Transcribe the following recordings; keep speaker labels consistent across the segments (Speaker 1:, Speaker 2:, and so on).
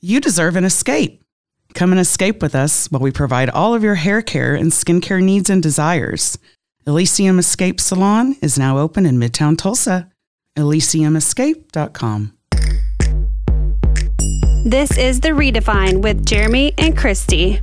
Speaker 1: You deserve an escape. Come and escape with us while we provide all of your hair care and skincare needs and desires. Elysium Escape Salon is now open in Midtown Tulsa. ElysiumEscape.com.
Speaker 2: This is The Redefine with Jeremy and Christy.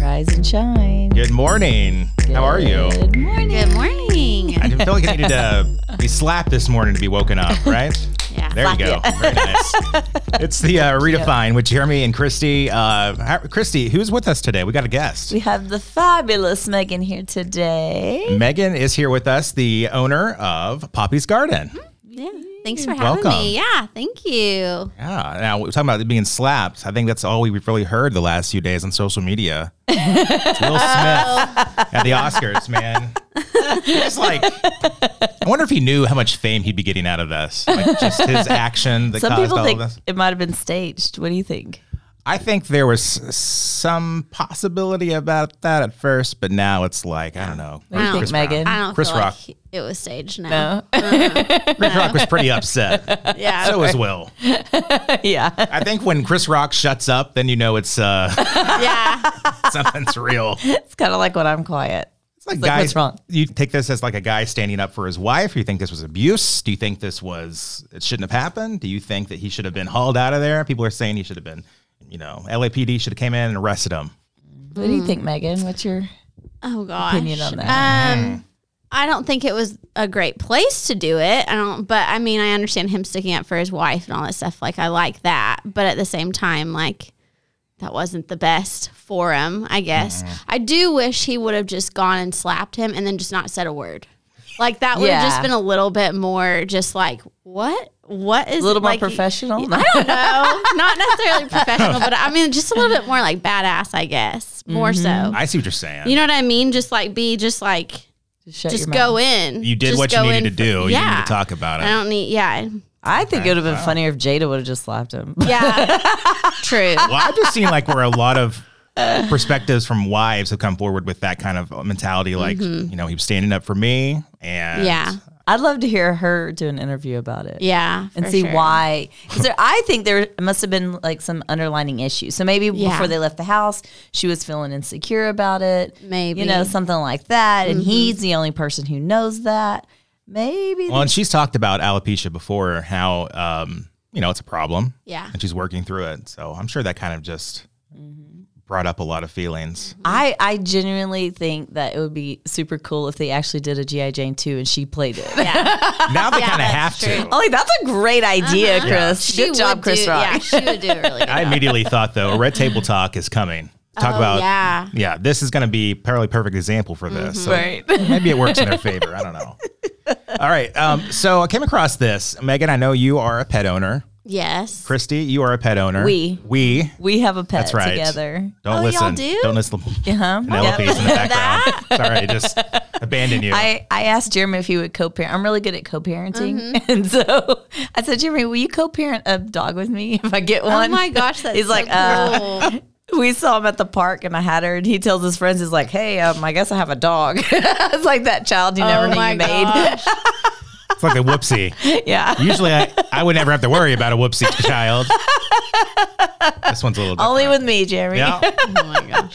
Speaker 3: Rise and shine.
Speaker 4: Good morning. How are you?
Speaker 3: Good morning.
Speaker 5: Good morning.
Speaker 4: I didn't feel like I needed to be slapped this morning to be woken up, right?
Speaker 5: Yeah.
Speaker 4: There you go. Very nice. It's the uh, Redefine with Jeremy and Christy. Uh, how- Christy, who's with us today? We got a guest.
Speaker 3: We have the fabulous Megan here today.
Speaker 4: Megan is here with us, the owner of Poppy's Garden.
Speaker 5: Yeah. Thanks
Speaker 3: Hmm.
Speaker 5: for having
Speaker 4: Welcome.
Speaker 5: me. Yeah. Thank you.
Speaker 4: Yeah. Now, we're talking about it being slapped. I think that's all we've really heard the last few days on social media. It's Will Smith at the Oscars, man. It's like, I wonder if he knew how much fame he'd be getting out of this. Like, just his action that
Speaker 3: Some
Speaker 4: caused
Speaker 3: people
Speaker 4: all
Speaker 3: think
Speaker 4: of this.
Speaker 3: it might have been staged. What do you think?
Speaker 4: I think there was some possibility about that at first, but now it's like, I don't know.
Speaker 3: What do you
Speaker 5: Wow.
Speaker 3: think,
Speaker 5: Chris
Speaker 3: Megan?
Speaker 5: I don't
Speaker 4: Chris
Speaker 5: feel
Speaker 4: Rock.
Speaker 5: like it was staged now.
Speaker 3: No?
Speaker 4: Chris Rock was pretty upset.
Speaker 5: Yeah.
Speaker 4: So was Will.
Speaker 3: yeah.
Speaker 4: I think when Chris Rock shuts up, then you know it's uh,
Speaker 5: yeah.
Speaker 4: something's real.
Speaker 3: It's kind of like when I'm quiet.
Speaker 4: It's like,
Speaker 3: It's like,
Speaker 4: guys,
Speaker 3: what's wrong?
Speaker 4: You take this as like a guy standing up for his wife. You think this was abuse? Do you think this was it shouldn't have happened? Do you think that he should have been hauled out of there? People are saying he should have been, you know, LAPD should have came in and arrested him.
Speaker 3: What
Speaker 5: Mm.
Speaker 3: do you think, Megan? What's your
Speaker 5: Oh gosh.
Speaker 3: opinion on that?
Speaker 4: Hmm.
Speaker 5: Um I don't think it was a great place to do it. I don't but I mean I understand him sticking up for his wife and all that stuff. Like I like that. But at the same time, like that wasn't the best for him, I
Speaker 4: Hmm.
Speaker 5: guess. I do wish he would have just gone and slapped him and then just not said a word. Like that would have
Speaker 3: Yeah.
Speaker 5: just been a little bit more just like what what is
Speaker 3: a little
Speaker 5: like,
Speaker 3: more professional?
Speaker 5: no, not necessarily professional, but I mean, just a little bit more like badass, I guess. More
Speaker 3: Mm-hmm.
Speaker 5: so.
Speaker 4: I see what you're saying.
Speaker 5: You know what I mean? Just like be, just like,
Speaker 3: Just, shut
Speaker 5: just
Speaker 3: your
Speaker 5: go
Speaker 3: mouth.
Speaker 5: in.
Speaker 4: you did
Speaker 5: Just
Speaker 4: what you
Speaker 5: go
Speaker 4: needed to
Speaker 5: in for-
Speaker 4: do. You didn't
Speaker 5: Yeah.
Speaker 4: need to talk about
Speaker 5: I
Speaker 4: it.
Speaker 5: don't need, yeah.
Speaker 3: I think it would have been funnier if Jada would have just slapped him.
Speaker 5: Yeah. True.
Speaker 4: Well, I've just seen like where a lot of perspectives from wives have come forward with that kind of mentality. Like, you know, he was standing up for me, and
Speaker 5: Mm-hmm. Yeah.
Speaker 3: I'd love to hear her do an interview about it.
Speaker 5: Yeah.
Speaker 3: and
Speaker 5: for
Speaker 3: see
Speaker 5: sure.
Speaker 3: why. 'cause there, I think there must have been like some underlining issue. So maybe
Speaker 5: Yeah.
Speaker 3: before they left the house, she was feeling insecure about it.
Speaker 5: Maybe. Mm-hmm.
Speaker 3: you know something like that, and he's the only person who knows that. Maybe
Speaker 4: Well, and she's talked about alopecia before, how um, you know it's a problem.
Speaker 5: Yeah.
Speaker 4: and she's working through it. So I'm sure that kind of just brought up a lot of feelings.
Speaker 3: I I genuinely think that it would be super cool if they actually did a GI Jane two and she played it.
Speaker 4: Now they kind of have
Speaker 5: true.
Speaker 4: to.
Speaker 3: I'm like that's a great idea, Chris.
Speaker 5: Uh-huh. She
Speaker 3: Good job,
Speaker 5: would
Speaker 3: Chris
Speaker 5: do,
Speaker 3: Rock.
Speaker 5: Yeah, she would do it really
Speaker 4: I
Speaker 5: good.
Speaker 4: immediately thought though, Red Table Talk is coming. Talk
Speaker 5: Oh,
Speaker 4: about
Speaker 5: yeah. Mm-hmm.
Speaker 4: yeah. This is going to be probably a perfect example for this. So maybe it works in their favor. I don't know. All right. Um, so I came across this, Megan. I know you are a pet owner.
Speaker 5: Yes.
Speaker 4: Christy, you are a pet owner.
Speaker 3: We.
Speaker 4: we
Speaker 3: We have a pet
Speaker 4: That's right.
Speaker 3: together.
Speaker 4: don't
Speaker 5: Oh, y'all
Speaker 4: listen.
Speaker 5: do?
Speaker 4: Don't listen.
Speaker 3: Uh-huh.
Speaker 4: Penelope's in the background. Sorry, just abandon you.
Speaker 3: I, I asked Jeremy if he would co-parent. I'm really good at co-parenting,
Speaker 5: Mm-hmm.
Speaker 3: and so I said, Jeremy, will you co-parent a dog with me if I get
Speaker 5: Oh
Speaker 3: one?
Speaker 5: my gosh, that's
Speaker 3: He's
Speaker 5: so
Speaker 3: like, uh,
Speaker 5: cool.
Speaker 3: we saw him at the park, and I had her, and he tells his friends, he's like, hey, um, I guess I have a dog. it's like that child you never
Speaker 5: oh
Speaker 3: knew
Speaker 5: my
Speaker 3: you made.
Speaker 5: gosh.
Speaker 4: it's like a whoopsie.
Speaker 3: yeah.
Speaker 4: Usually, I, I would never have to worry about a whoopsie child. This one's a little different.
Speaker 3: Only with me, Oh Jeremy.
Speaker 4: yeah.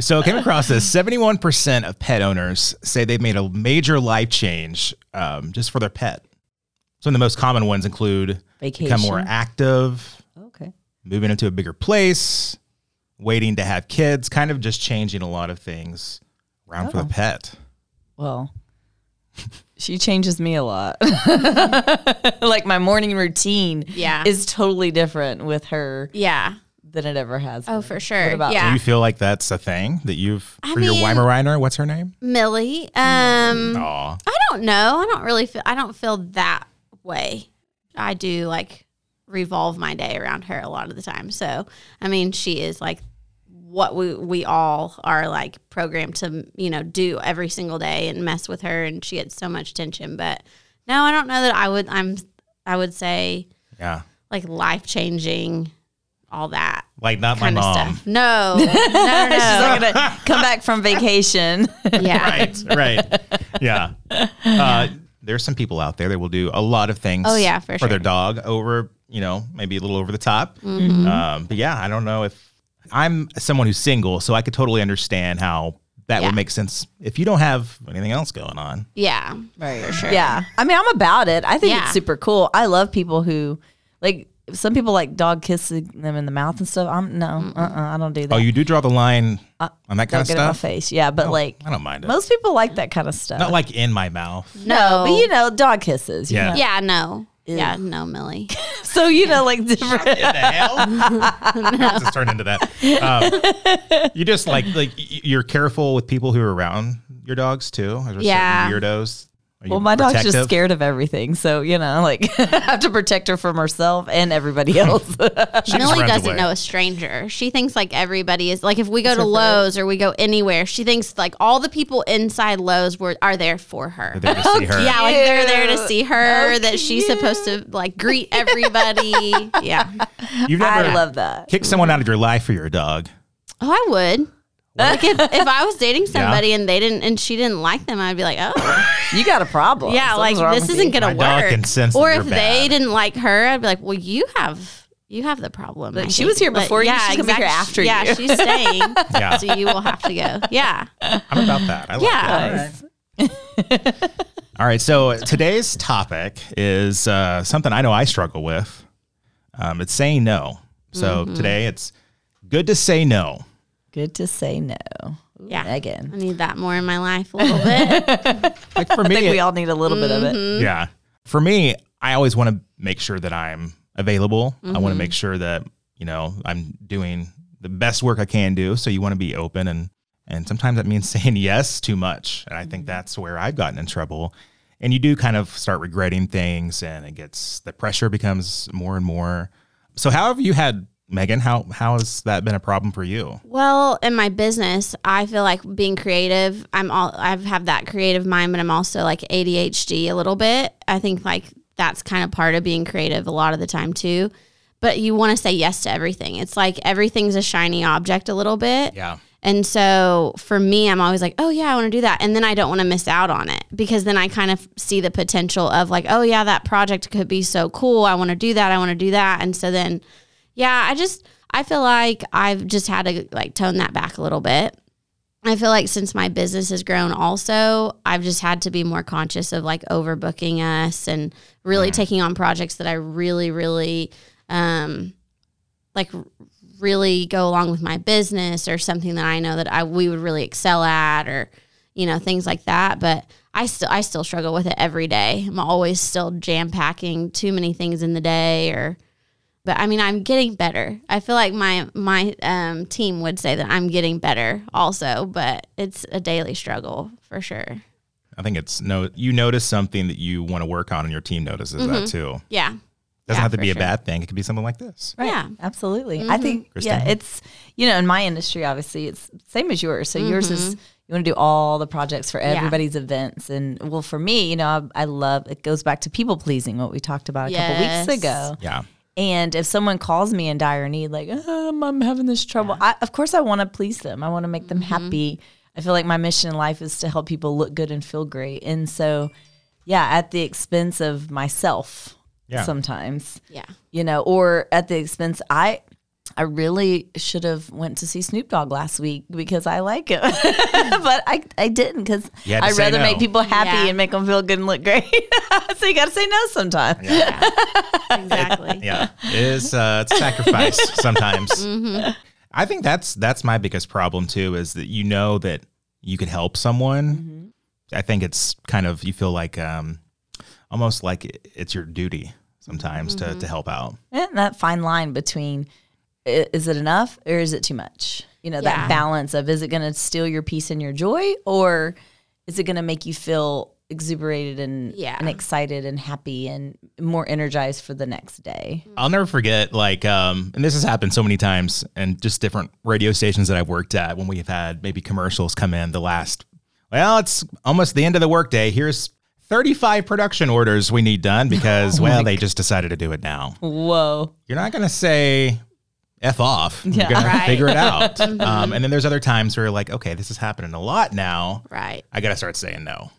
Speaker 4: So I came across this. Seventy-one percent of pet owners say they've made a major life change um, just for their pet. Some of the most common ones include become more
Speaker 3: Vacation.
Speaker 4: active,
Speaker 3: Okay.
Speaker 4: moving into a bigger place, waiting to have kids, kind of just changing a lot of things around
Speaker 3: Oh.
Speaker 4: for the pet.
Speaker 3: Well, she changes me a lot. like my morning routine
Speaker 5: Yeah.
Speaker 3: is totally different with her
Speaker 5: Yeah.
Speaker 3: than it ever has.
Speaker 5: Oh,
Speaker 3: been.
Speaker 5: for sure.
Speaker 3: about-
Speaker 5: yeah.
Speaker 4: Do you feel like that's a thing that you've
Speaker 5: I
Speaker 4: for your
Speaker 5: mean-
Speaker 4: Weimaraner? What's her name?
Speaker 5: Millie.
Speaker 4: Mm-hmm.
Speaker 5: Um,
Speaker 4: Aw.
Speaker 5: I don't know. I don't really feel. I don't feel that way. I do like revolve my day around her a lot of the time. So I mean, she is like what we we all are like programmed to you know do every single day and mess with her, and she gets so much attention. But no, I don't know that I would. I'm. I would say
Speaker 4: Yeah.
Speaker 5: like life changing, all that
Speaker 4: Like not
Speaker 5: kind
Speaker 4: my
Speaker 5: of
Speaker 4: mom.
Speaker 5: stuff. No, no, no, no.
Speaker 3: She's not gonna come back from vacation.
Speaker 5: yeah.
Speaker 4: right, right. Yeah. Uh, there's some people out there that will do a lot of things
Speaker 5: Oh, yeah, for
Speaker 4: their
Speaker 5: sure.
Speaker 4: dog over you know, maybe a little over the top.
Speaker 5: Mm-hmm.
Speaker 4: Um, but yeah, I don't know if I'm someone who's single, so I could totally understand how that
Speaker 5: Yeah.
Speaker 4: would make sense if you don't have anything else going on.
Speaker 5: Yeah.
Speaker 3: Right. For sure. Yeah. I mean, I'm about it. I think
Speaker 5: Yeah.
Speaker 3: it's super cool. I love people who like some people like dog kissing them in the mouth and stuff. I'm no, uh, uh I don't do that.
Speaker 4: Oh, you do draw the line
Speaker 5: Uh,
Speaker 4: on that
Speaker 3: don't
Speaker 4: kind of
Speaker 3: get in my
Speaker 4: stuff.
Speaker 3: face. Yeah, but like
Speaker 4: I don't mind it.
Speaker 3: most people like that kind of stuff.
Speaker 4: Not like in my mouth.
Speaker 5: No.
Speaker 3: but you know, dog kisses. you
Speaker 4: Yeah.
Speaker 3: know?
Speaker 5: yeah, no. Yeah, no, Millie.
Speaker 3: So you know, like different.
Speaker 4: the hell? just turned into that. Um, you just like like y- y- you're careful with people who are around your dogs too. Are there
Speaker 5: Yeah.
Speaker 4: certain weirdos. Are you
Speaker 3: Well, my dog's
Speaker 4: protective?
Speaker 3: just scared of everything. So you know, like I have to protect her from herself and everybody else.
Speaker 4: She just
Speaker 5: Millie
Speaker 4: runs
Speaker 5: doesn't
Speaker 4: away.
Speaker 5: know a stranger. She thinks like everybody is like if we go to Lowe's or we go anywhere, she thinks like all the people inside Lowe's were are there for her.
Speaker 4: They're there to see her.
Speaker 5: Yeah, like they're there to
Speaker 3: Cute.
Speaker 5: see her. that she's supposed to like greet everybody. yeah.
Speaker 4: You've never
Speaker 3: I love that.
Speaker 4: kick someone out of your life for your dog.
Speaker 5: Oh, I would. Like if, if I was dating somebody and they didn't and she didn't like them, I'd be like, oh
Speaker 3: You got a problem.
Speaker 5: yeah,
Speaker 3: Something's
Speaker 5: like
Speaker 3: wrong
Speaker 5: this
Speaker 3: with
Speaker 5: isn't
Speaker 3: you.
Speaker 4: My
Speaker 5: gonna
Speaker 4: dog
Speaker 5: work.
Speaker 4: can sense that
Speaker 5: or
Speaker 4: you're
Speaker 5: if they
Speaker 4: bad.
Speaker 5: didn't like her, I'd be like, well, you have you have the problem.
Speaker 3: she
Speaker 5: I think."
Speaker 3: was here before you, she's gonna be here after
Speaker 5: yeah,
Speaker 3: you.
Speaker 5: she's staying.
Speaker 4: Yeah.
Speaker 5: So you will have to go. Yeah.
Speaker 4: I'm about that. I like
Speaker 5: Yeah.
Speaker 4: that. All right. So today's topic is uh, something I know I struggle with. Um, it's saying no. So
Speaker 3: Mm-hmm.
Speaker 4: today it's good to say no.
Speaker 3: Good to say no. Ooh,
Speaker 5: Yeah. I
Speaker 3: Megan.
Speaker 5: need that more in my life a little bit.
Speaker 4: Like for me,
Speaker 3: I think we all need a little bit of it.
Speaker 4: Yeah. For me, I always want to make sure that I'm available. I want to make sure that, you know, I'm doing the best work I can do. So you want to be open and and sometimes that means saying yes too much. And I think that's where I've gotten in trouble. And you do kind of start regretting things and it gets the pressure becomes more and more. So how have you had Megan, how how has that been a problem for you?
Speaker 5: well, in my business, I feel like being creative, I'm all I've have that creative mind, but I'm also like ADHD a little bit. I think like that's kind of part of being creative a lot of the time too. But you want to say yes to everything. It's like everything's a shiny object a little bit.
Speaker 4: Yeah.
Speaker 5: And so for me, I'm always like, oh, yeah, I want to do that. And then I don't want to miss out on it because then I kind of see the potential of like, oh, yeah, that project could be so cool. I want to do that. I want to do that. And so then, yeah, I just, I feel like I've just had to like tone that back a little bit. I feel like since my business has grown, also, I've just had to be more conscious of like overbooking us and really taking on projects that I really, really, um, like really go along with my business or something that I know that I we would really excel at or you know things like that but I still I still struggle with it every day. I'm always still jam packing too many things in the day or but I mean I'm getting better. I feel like my my um, team would say that I'm getting better also, but it's a daily struggle for sure.
Speaker 4: I think it's no you notice something that you want to work on and your team notices that too.
Speaker 5: Yeah.
Speaker 4: Doesn't
Speaker 5: Yeah,
Speaker 4: have to
Speaker 5: for
Speaker 4: be a
Speaker 5: sure.
Speaker 4: bad thing. It could be something like this.
Speaker 3: Right.
Speaker 5: Yeah. Mm-hmm.
Speaker 3: Absolutely. I think
Speaker 4: Kristen?
Speaker 3: yeah, it's you know, in my industry obviously it's same as yours. So yours is
Speaker 5: Mm-hmm.
Speaker 3: you want to do all the projects for everybody's events and well for me, you know, I, I love it goes back to people pleasing what we talked about a couple
Speaker 5: Yes.
Speaker 3: weeks ago.
Speaker 4: Yeah.
Speaker 3: And if someone calls me in dire need, like um, I'm having this trouble, I, of course I want to please them. I want to make them
Speaker 5: Mm-hmm.
Speaker 3: happy. I feel like my mission in life is to help people look good and feel great. And so, yeah, at the expense of myself,
Speaker 4: Yeah.
Speaker 3: sometimes,
Speaker 5: Yeah.
Speaker 3: you know, or at the expense I. I really should have went to see Snoop Dogg last week because I like him, but I, I didn't because
Speaker 4: You had to
Speaker 3: I'd
Speaker 4: say
Speaker 3: rather
Speaker 4: no.
Speaker 3: make people happy
Speaker 5: Yeah.
Speaker 3: and make them feel good and look great. so you got to say no sometimes.
Speaker 5: Exactly.
Speaker 4: yeah it's uh it's sacrifice sometimes
Speaker 5: Mm-hmm.
Speaker 4: i think that's that's my biggest problem too is that you know that you could help someone
Speaker 5: Mm-hmm.
Speaker 4: i think it's kind of you feel like um almost like it- it's your duty sometimes to,
Speaker 5: Mm-hmm.
Speaker 4: to help out
Speaker 3: And that fine line between i- is it enough or is it too much? You know, that
Speaker 5: Yeah.
Speaker 3: balance of is it going to steal your peace and your joy or is it going to make you feel exuberated and,
Speaker 5: Yeah.
Speaker 3: and excited and happy and more energized for the next day?
Speaker 4: I'll never forget, like, um, and this has happened so many times, and just different radio stations that I've worked at when we've had maybe commercials come in the last, well, it's almost the end of the workday. Here's 35 production orders we need done because, well, they just decided to do it now.
Speaker 3: Whoa.
Speaker 4: You're not going to say F off.
Speaker 3: Yeah.
Speaker 4: You're going to
Speaker 5: Right.
Speaker 4: figure it out. um, and then there's other times where you're like, okay, this is happening a lot now.
Speaker 5: Right.
Speaker 4: I got to start saying no.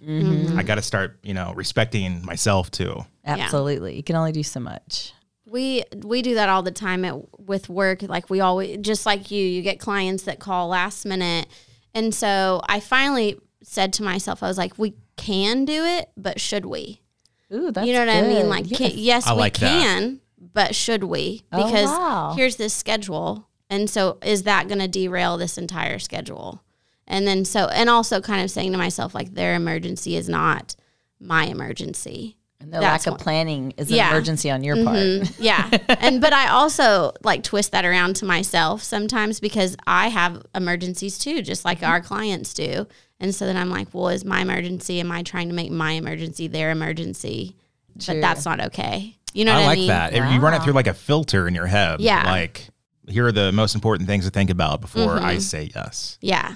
Speaker 4: I got to start, you know, respecting myself too.
Speaker 3: Absolutely. You can only do so much.
Speaker 5: We we do that all the time at with work. Like we always just like you, you get clients that call last minute. And so I finally said to myself, I was like, we can do it, but should we?
Speaker 3: Ooh, that's
Speaker 5: you know what I
Speaker 3: good.
Speaker 5: mean? Like yes, can, yes
Speaker 4: I
Speaker 5: we
Speaker 4: like that.
Speaker 5: can, but should we?
Speaker 3: Oh,
Speaker 5: Because
Speaker 3: wow.
Speaker 5: here's this schedule. And so is that going to derail this entire schedule? And then so and also kind of saying to myself like their emergency is not my emergency.
Speaker 3: And the
Speaker 5: That's
Speaker 3: lack of
Speaker 5: what-
Speaker 3: planning is an
Speaker 5: Yeah. Mm-hmm.
Speaker 3: emergency on your part.
Speaker 5: Mm, Yeah. and but I also like twist that around to myself sometimes because I have emergencies too, just like
Speaker 4: Mm-hmm.
Speaker 5: our clients do. And so then I'm like, well, is my emergency? Am I trying to make my emergency their emergency?
Speaker 3: True.
Speaker 5: But that's not okay. You know
Speaker 4: I
Speaker 5: what
Speaker 4: like
Speaker 5: I mean?
Speaker 4: that. If You run it through like a filter in your head.
Speaker 5: Yeah.
Speaker 4: Like, here are the most important things to think about before I say yes.
Speaker 5: Yeah.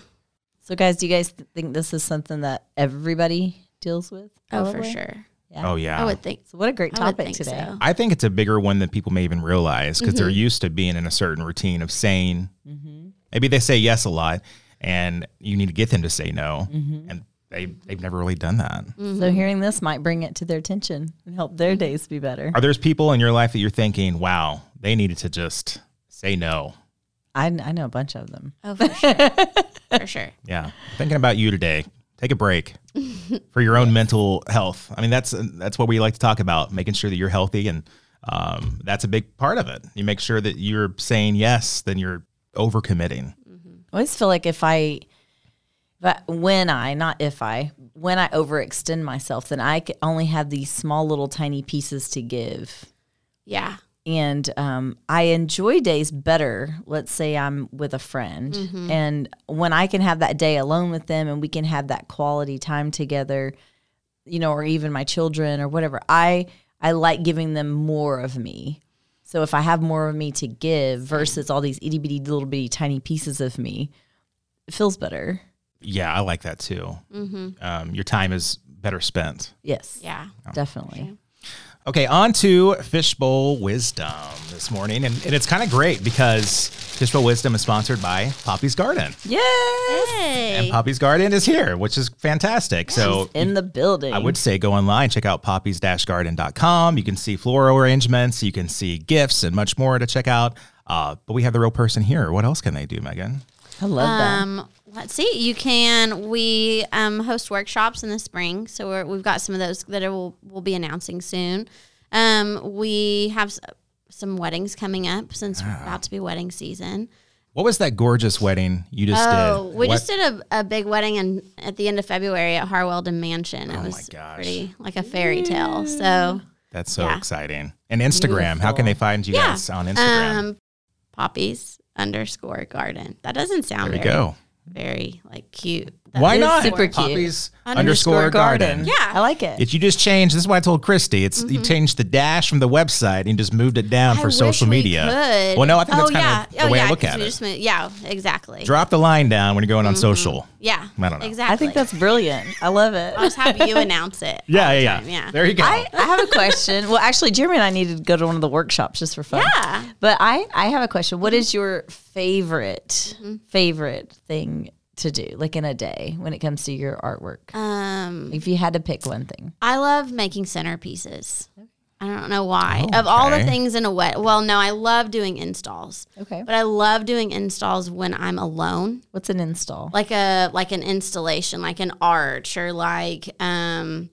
Speaker 3: So, guys, do you guys th- think this is something that everybody deals with?
Speaker 5: Oh, for
Speaker 3: probably?
Speaker 5: sure.
Speaker 4: Oh, yeah.
Speaker 5: I would think.
Speaker 3: So, what a great
Speaker 5: I would
Speaker 3: topic
Speaker 5: think
Speaker 3: today.
Speaker 5: so.
Speaker 4: I think it's a bigger one than people may even realize because they're used to being in a certain routine of saying, maybe they say yes a lot and you need to get them to say no. And they, they've never really done that.
Speaker 5: Mm-hmm.
Speaker 3: So, hearing this might bring it to their attention and help their days be better.
Speaker 4: Are there's people in your life that you're thinking, wow, they needed to just say no?
Speaker 3: I, I know a bunch of them.
Speaker 5: Oh, for sure. for sure.
Speaker 4: Yeah. Thinking about you today. Take a break for your own mental health. I mean, that's that's what we like to talk about, making sure that you're healthy, and um, that's a big part of it. You make sure that you're saying yes, then you're overcommitting.
Speaker 3: I always feel like if I, but when I, not if I, when I overextend myself, then I c- only have these small little tiny pieces to give.
Speaker 5: Yeah.
Speaker 3: and um, I enjoy days better. Let's say I'm with a friend,
Speaker 5: Mm-hmm.
Speaker 3: and when I can have that day alone with them, and we can have that quality time together, you know, or even my children or whatever. I I like giving them more of me. So if I have more of me to give versus all these itty bitty little bitty tiny pieces of me, it feels better.
Speaker 4: Yeah, I like that too. Um, your time is better spent.
Speaker 3: Yes,
Speaker 5: Yeah.
Speaker 4: Oh,
Speaker 3: definitely.
Speaker 4: Okay, on to Fishbowl Wisdom this morning. And, and it's kind of great because Fishbowl Wisdom is sponsored by Poppy's Garden.
Speaker 3: Yes,
Speaker 5: Hey.
Speaker 4: And Poppy's Garden is here, which is fantastic. So
Speaker 3: in the building.
Speaker 4: I would say go online, check out poppies garden.com. You can see floral arrangements, you can see gifts, and much more to check out. Uh, but we have the real person here. What else can they do, Megan?
Speaker 3: I love that.
Speaker 5: Um, let's see. You can. We um, host workshops in the spring, so we're, we've got some of those that will we'll be announcing soon. Um, we have s- some weddings coming up since
Speaker 4: Ah.
Speaker 5: we're about to be wedding season.
Speaker 4: What was that gorgeous wedding you just
Speaker 5: Oh,
Speaker 4: did?
Speaker 5: we
Speaker 4: What-
Speaker 5: just did a, a big wedding in, at the end of February at Harweldon Mansion. It was
Speaker 4: Oh gosh.
Speaker 5: pretty like a fairy tale. So
Speaker 4: That's so
Speaker 5: yeah.
Speaker 4: exciting. And Instagram. How can they find you guys on Instagram?
Speaker 5: um, poppies underscore garden. That doesn't sound
Speaker 4: there you
Speaker 5: very,
Speaker 4: go.
Speaker 5: very like cute. That
Speaker 4: Why
Speaker 5: is
Speaker 4: not?
Speaker 5: super-
Speaker 3: super cute.
Speaker 4: Poppies underscore garden.
Speaker 5: Yeah.
Speaker 3: I like it.
Speaker 4: If you just changed, this is why I told Christy. It's you changed the dash from the website and just moved it down
Speaker 5: Mm-hmm. I
Speaker 4: for social
Speaker 5: wish we
Speaker 4: media.
Speaker 5: could.
Speaker 4: Well, no, I think
Speaker 5: oh,
Speaker 4: that's kind
Speaker 5: yeah.
Speaker 4: of the
Speaker 5: oh,
Speaker 4: way
Speaker 5: yeah,
Speaker 4: I look
Speaker 5: 'cause
Speaker 4: at
Speaker 5: we
Speaker 4: it.
Speaker 5: just moved- yeah, exactly.
Speaker 4: Drop the line down when you're going on social.
Speaker 5: yeah,
Speaker 4: I don't know.
Speaker 5: Mm-hmm. Exactly.
Speaker 3: I think that's brilliant. I love it.
Speaker 5: I was happy you announce it.
Speaker 4: Yeah, yeah,
Speaker 5: time, yeah.
Speaker 4: There you go.
Speaker 3: I, I have a question. Well, actually, Jeremy and I needed to go to one of the workshops just for fun.
Speaker 5: Yeah. Mm-hmm.
Speaker 3: But I, I have a question. What is your favorite favorite thing to do, like in a day, when it comes to your artwork?
Speaker 5: Um,
Speaker 3: if you had to pick one thing,
Speaker 5: I love making centerpieces. I don't know why. Of all the
Speaker 4: Oh, okay.
Speaker 5: things in a way, well, no, I love doing installs.
Speaker 3: Okay.
Speaker 5: but I love doing installs when I'm alone.
Speaker 3: what's an install?
Speaker 5: like a like an installation, like an arch or like um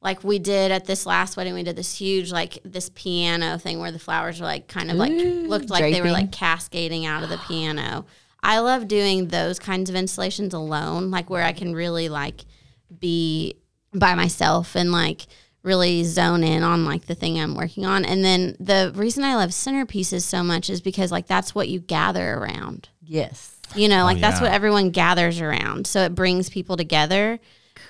Speaker 5: like we did at this last wedding, we did this huge like this piano thing where the flowers were like kind of like looked like they were
Speaker 3: draping.
Speaker 5: like cascading out of the piano. I love doing those kinds of installations alone, like where I can really like be by myself and like really zone in on like the thing I'm working on. And then the reason I love centerpieces so much is because like that's what you gather around.
Speaker 3: yes.
Speaker 5: You know, like that's
Speaker 4: Oh, yeah.
Speaker 5: what everyone gathers around. So it brings people together.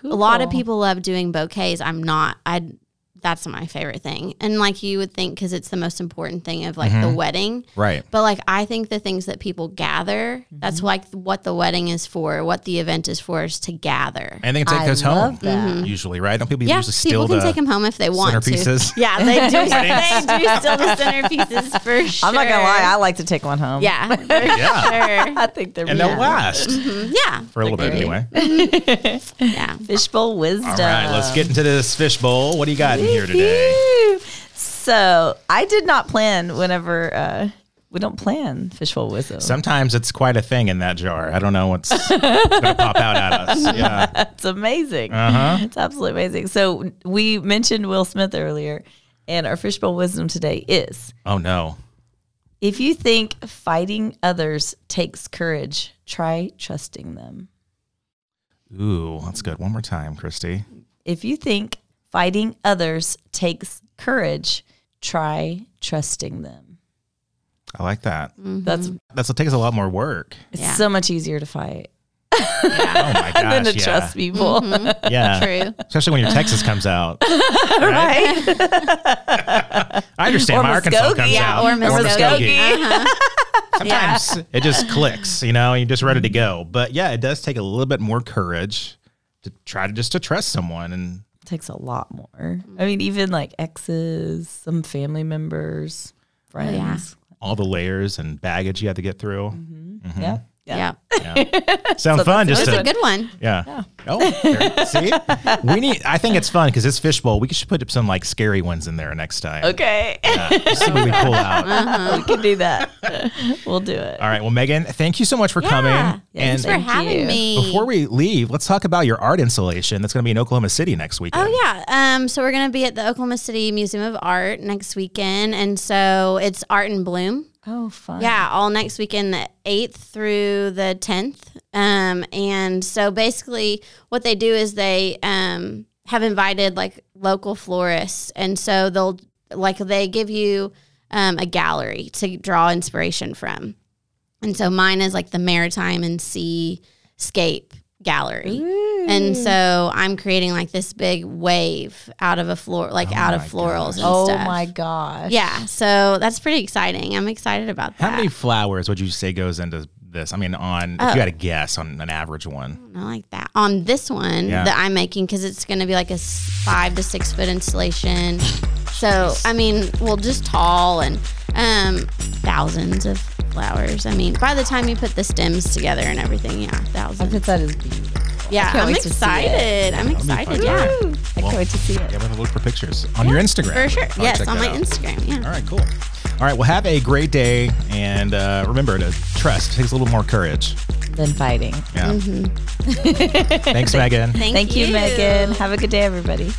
Speaker 5: A lot of
Speaker 3: Cool.
Speaker 5: people love doing bouquets. I'm not. I that's my favorite thing. And like you would think cuz it's the most important thing of like the wedding.
Speaker 4: Mm-hmm. right.
Speaker 5: But like I think the things that people gather, that's
Speaker 3: Mm-hmm.
Speaker 5: like what the wedding is for, what the event is for is to gather.
Speaker 4: And they can take
Speaker 3: I
Speaker 4: those home Mm-hmm.
Speaker 3: love that.
Speaker 4: usually, right? Don't people
Speaker 5: yeah,
Speaker 4: usually steal
Speaker 5: people can
Speaker 4: the
Speaker 5: take them home if they want
Speaker 4: centerpieces?
Speaker 5: to. Yeah, they do. they do steal the centerpieces for sure.
Speaker 3: I'm not gonna lie. I like to take one home.
Speaker 5: yeah, Mm-hmm. for sure.
Speaker 3: I think they're
Speaker 4: and they'll last
Speaker 5: Yeah,
Speaker 4: for a little bit anyway.
Speaker 5: yeah.
Speaker 3: fishbowl wisdom.
Speaker 4: All right, let's get into this fishbowl. What do you got in here today?
Speaker 3: Woo. So I did not plan whenever uh, we don't plan fishbowl whistle.
Speaker 4: Sometimes it's quite a thing in that jar. I don't know what's going to pop out at us. Yeah.
Speaker 3: It's amazing.
Speaker 4: Uh-huh.
Speaker 3: It's absolutely amazing. So we mentioned Will Smith earlier, and our fishbowl wisdom today is
Speaker 4: Oh no.
Speaker 3: if you think fighting others takes courage, try trusting them.
Speaker 4: Ooh, that's good. One more time, Christy.
Speaker 3: If you think fighting others takes courage, try trusting them.
Speaker 4: I like that.
Speaker 5: Mm.
Speaker 3: That's
Speaker 4: That's what takes a lot more work.
Speaker 3: it's
Speaker 5: Mm-hmm. Yeah.
Speaker 3: so much easier to fight
Speaker 4: Oh my gosh.
Speaker 3: than to
Speaker 4: yeah.
Speaker 3: trust people,
Speaker 5: Mm-hmm.
Speaker 4: Yeah.
Speaker 5: True.
Speaker 4: Especially when your Texas comes out. Right?
Speaker 3: right?
Speaker 4: I understand
Speaker 3: Or
Speaker 4: my Arkansas
Speaker 3: Muskogee.
Speaker 4: comes
Speaker 3: Yeah,
Speaker 4: out.
Speaker 5: or Muskogee.
Speaker 4: Sometimes it just clicks, you know, you're just ready to go. But yeah, it does take a little bit more courage to try to just to trust someone and
Speaker 3: takes a lot more.
Speaker 5: Mm-hmm.
Speaker 3: I mean, even like exes, some family members,
Speaker 5: Oh,
Speaker 3: friends.
Speaker 4: all the layers and baggage you have to get through.
Speaker 5: Mm-hmm.
Speaker 3: yeah. yeah.
Speaker 5: Yeah.
Speaker 4: Sound fun just
Speaker 5: It's
Speaker 4: to
Speaker 5: a good one.
Speaker 4: Yeah. Oh, there- see, we need. I think it's fun because this fishbowl. We should put up some like scary ones in there next time.
Speaker 3: Okay.
Speaker 4: Yeah, see what we pull
Speaker 5: Uh-huh.
Speaker 4: out.
Speaker 3: we can do that. we'll do it.
Speaker 4: All right. Well, Megan, thank you so much for
Speaker 5: Yeah.
Speaker 4: coming.
Speaker 3: Yes,
Speaker 4: And
Speaker 5: Thanks for
Speaker 3: Thank
Speaker 5: having
Speaker 3: you.
Speaker 5: me.
Speaker 4: before we leave, let's talk about your art installation that's going to be in Oklahoma City next weekend.
Speaker 5: Oh yeah. Um, so we're gonna be at the Oklahoma City Museum of Art next weekend, and so it's Art in Bloom.
Speaker 3: Oh, fun.
Speaker 5: Yeah, all next weekend, the eighth through the tenth. Um, and so basically, what they do is they um have invited like local florists, and so they'll like they give you um a gallery to draw inspiration from. And so mine is like the maritime and seascape gallery. And so I'm creating like this big wave out of a floor, like out of
Speaker 4: Oh my
Speaker 5: florals and
Speaker 3: Oh
Speaker 5: stuff.
Speaker 3: my gosh.
Speaker 5: Yeah, so that's pretty exciting. I'm excited about that.
Speaker 4: How many flowers would you say goes into this? I mean, on if you
Speaker 5: Oh.
Speaker 4: had a guess on an average one.
Speaker 5: I like that. On this one
Speaker 4: Yeah.
Speaker 5: that I'm making, because it's going to be like a s- five to six foot installation. So, I mean, well, just tall and um, thousands of flowers. I mean, by the time you put the stems together and everything, yeah,
Speaker 3: I
Speaker 5: thousands.
Speaker 3: think that is beautiful.
Speaker 5: Yeah,
Speaker 3: can't
Speaker 5: I'm
Speaker 3: wait to see it.
Speaker 5: excited. I'm excited. Yeah,
Speaker 3: Woo. I can't wait to see
Speaker 4: Yeah,
Speaker 3: it.
Speaker 4: we have to look for pictures on your Instagram.
Speaker 5: for sure.
Speaker 4: I'll
Speaker 5: Yes,
Speaker 4: check
Speaker 5: on
Speaker 4: that
Speaker 5: my
Speaker 4: out.
Speaker 5: Instagram. Yeah.
Speaker 4: All right, cool. All right, well, have a great day, and uh, remember to trust. Takes a little more courage.
Speaker 3: Then fighting.
Speaker 4: Yeah. Thanks, Megan.
Speaker 5: Mm-hmm. Thank,
Speaker 3: Thank you,
Speaker 5: you,
Speaker 3: Megan. Have a good day, everybody.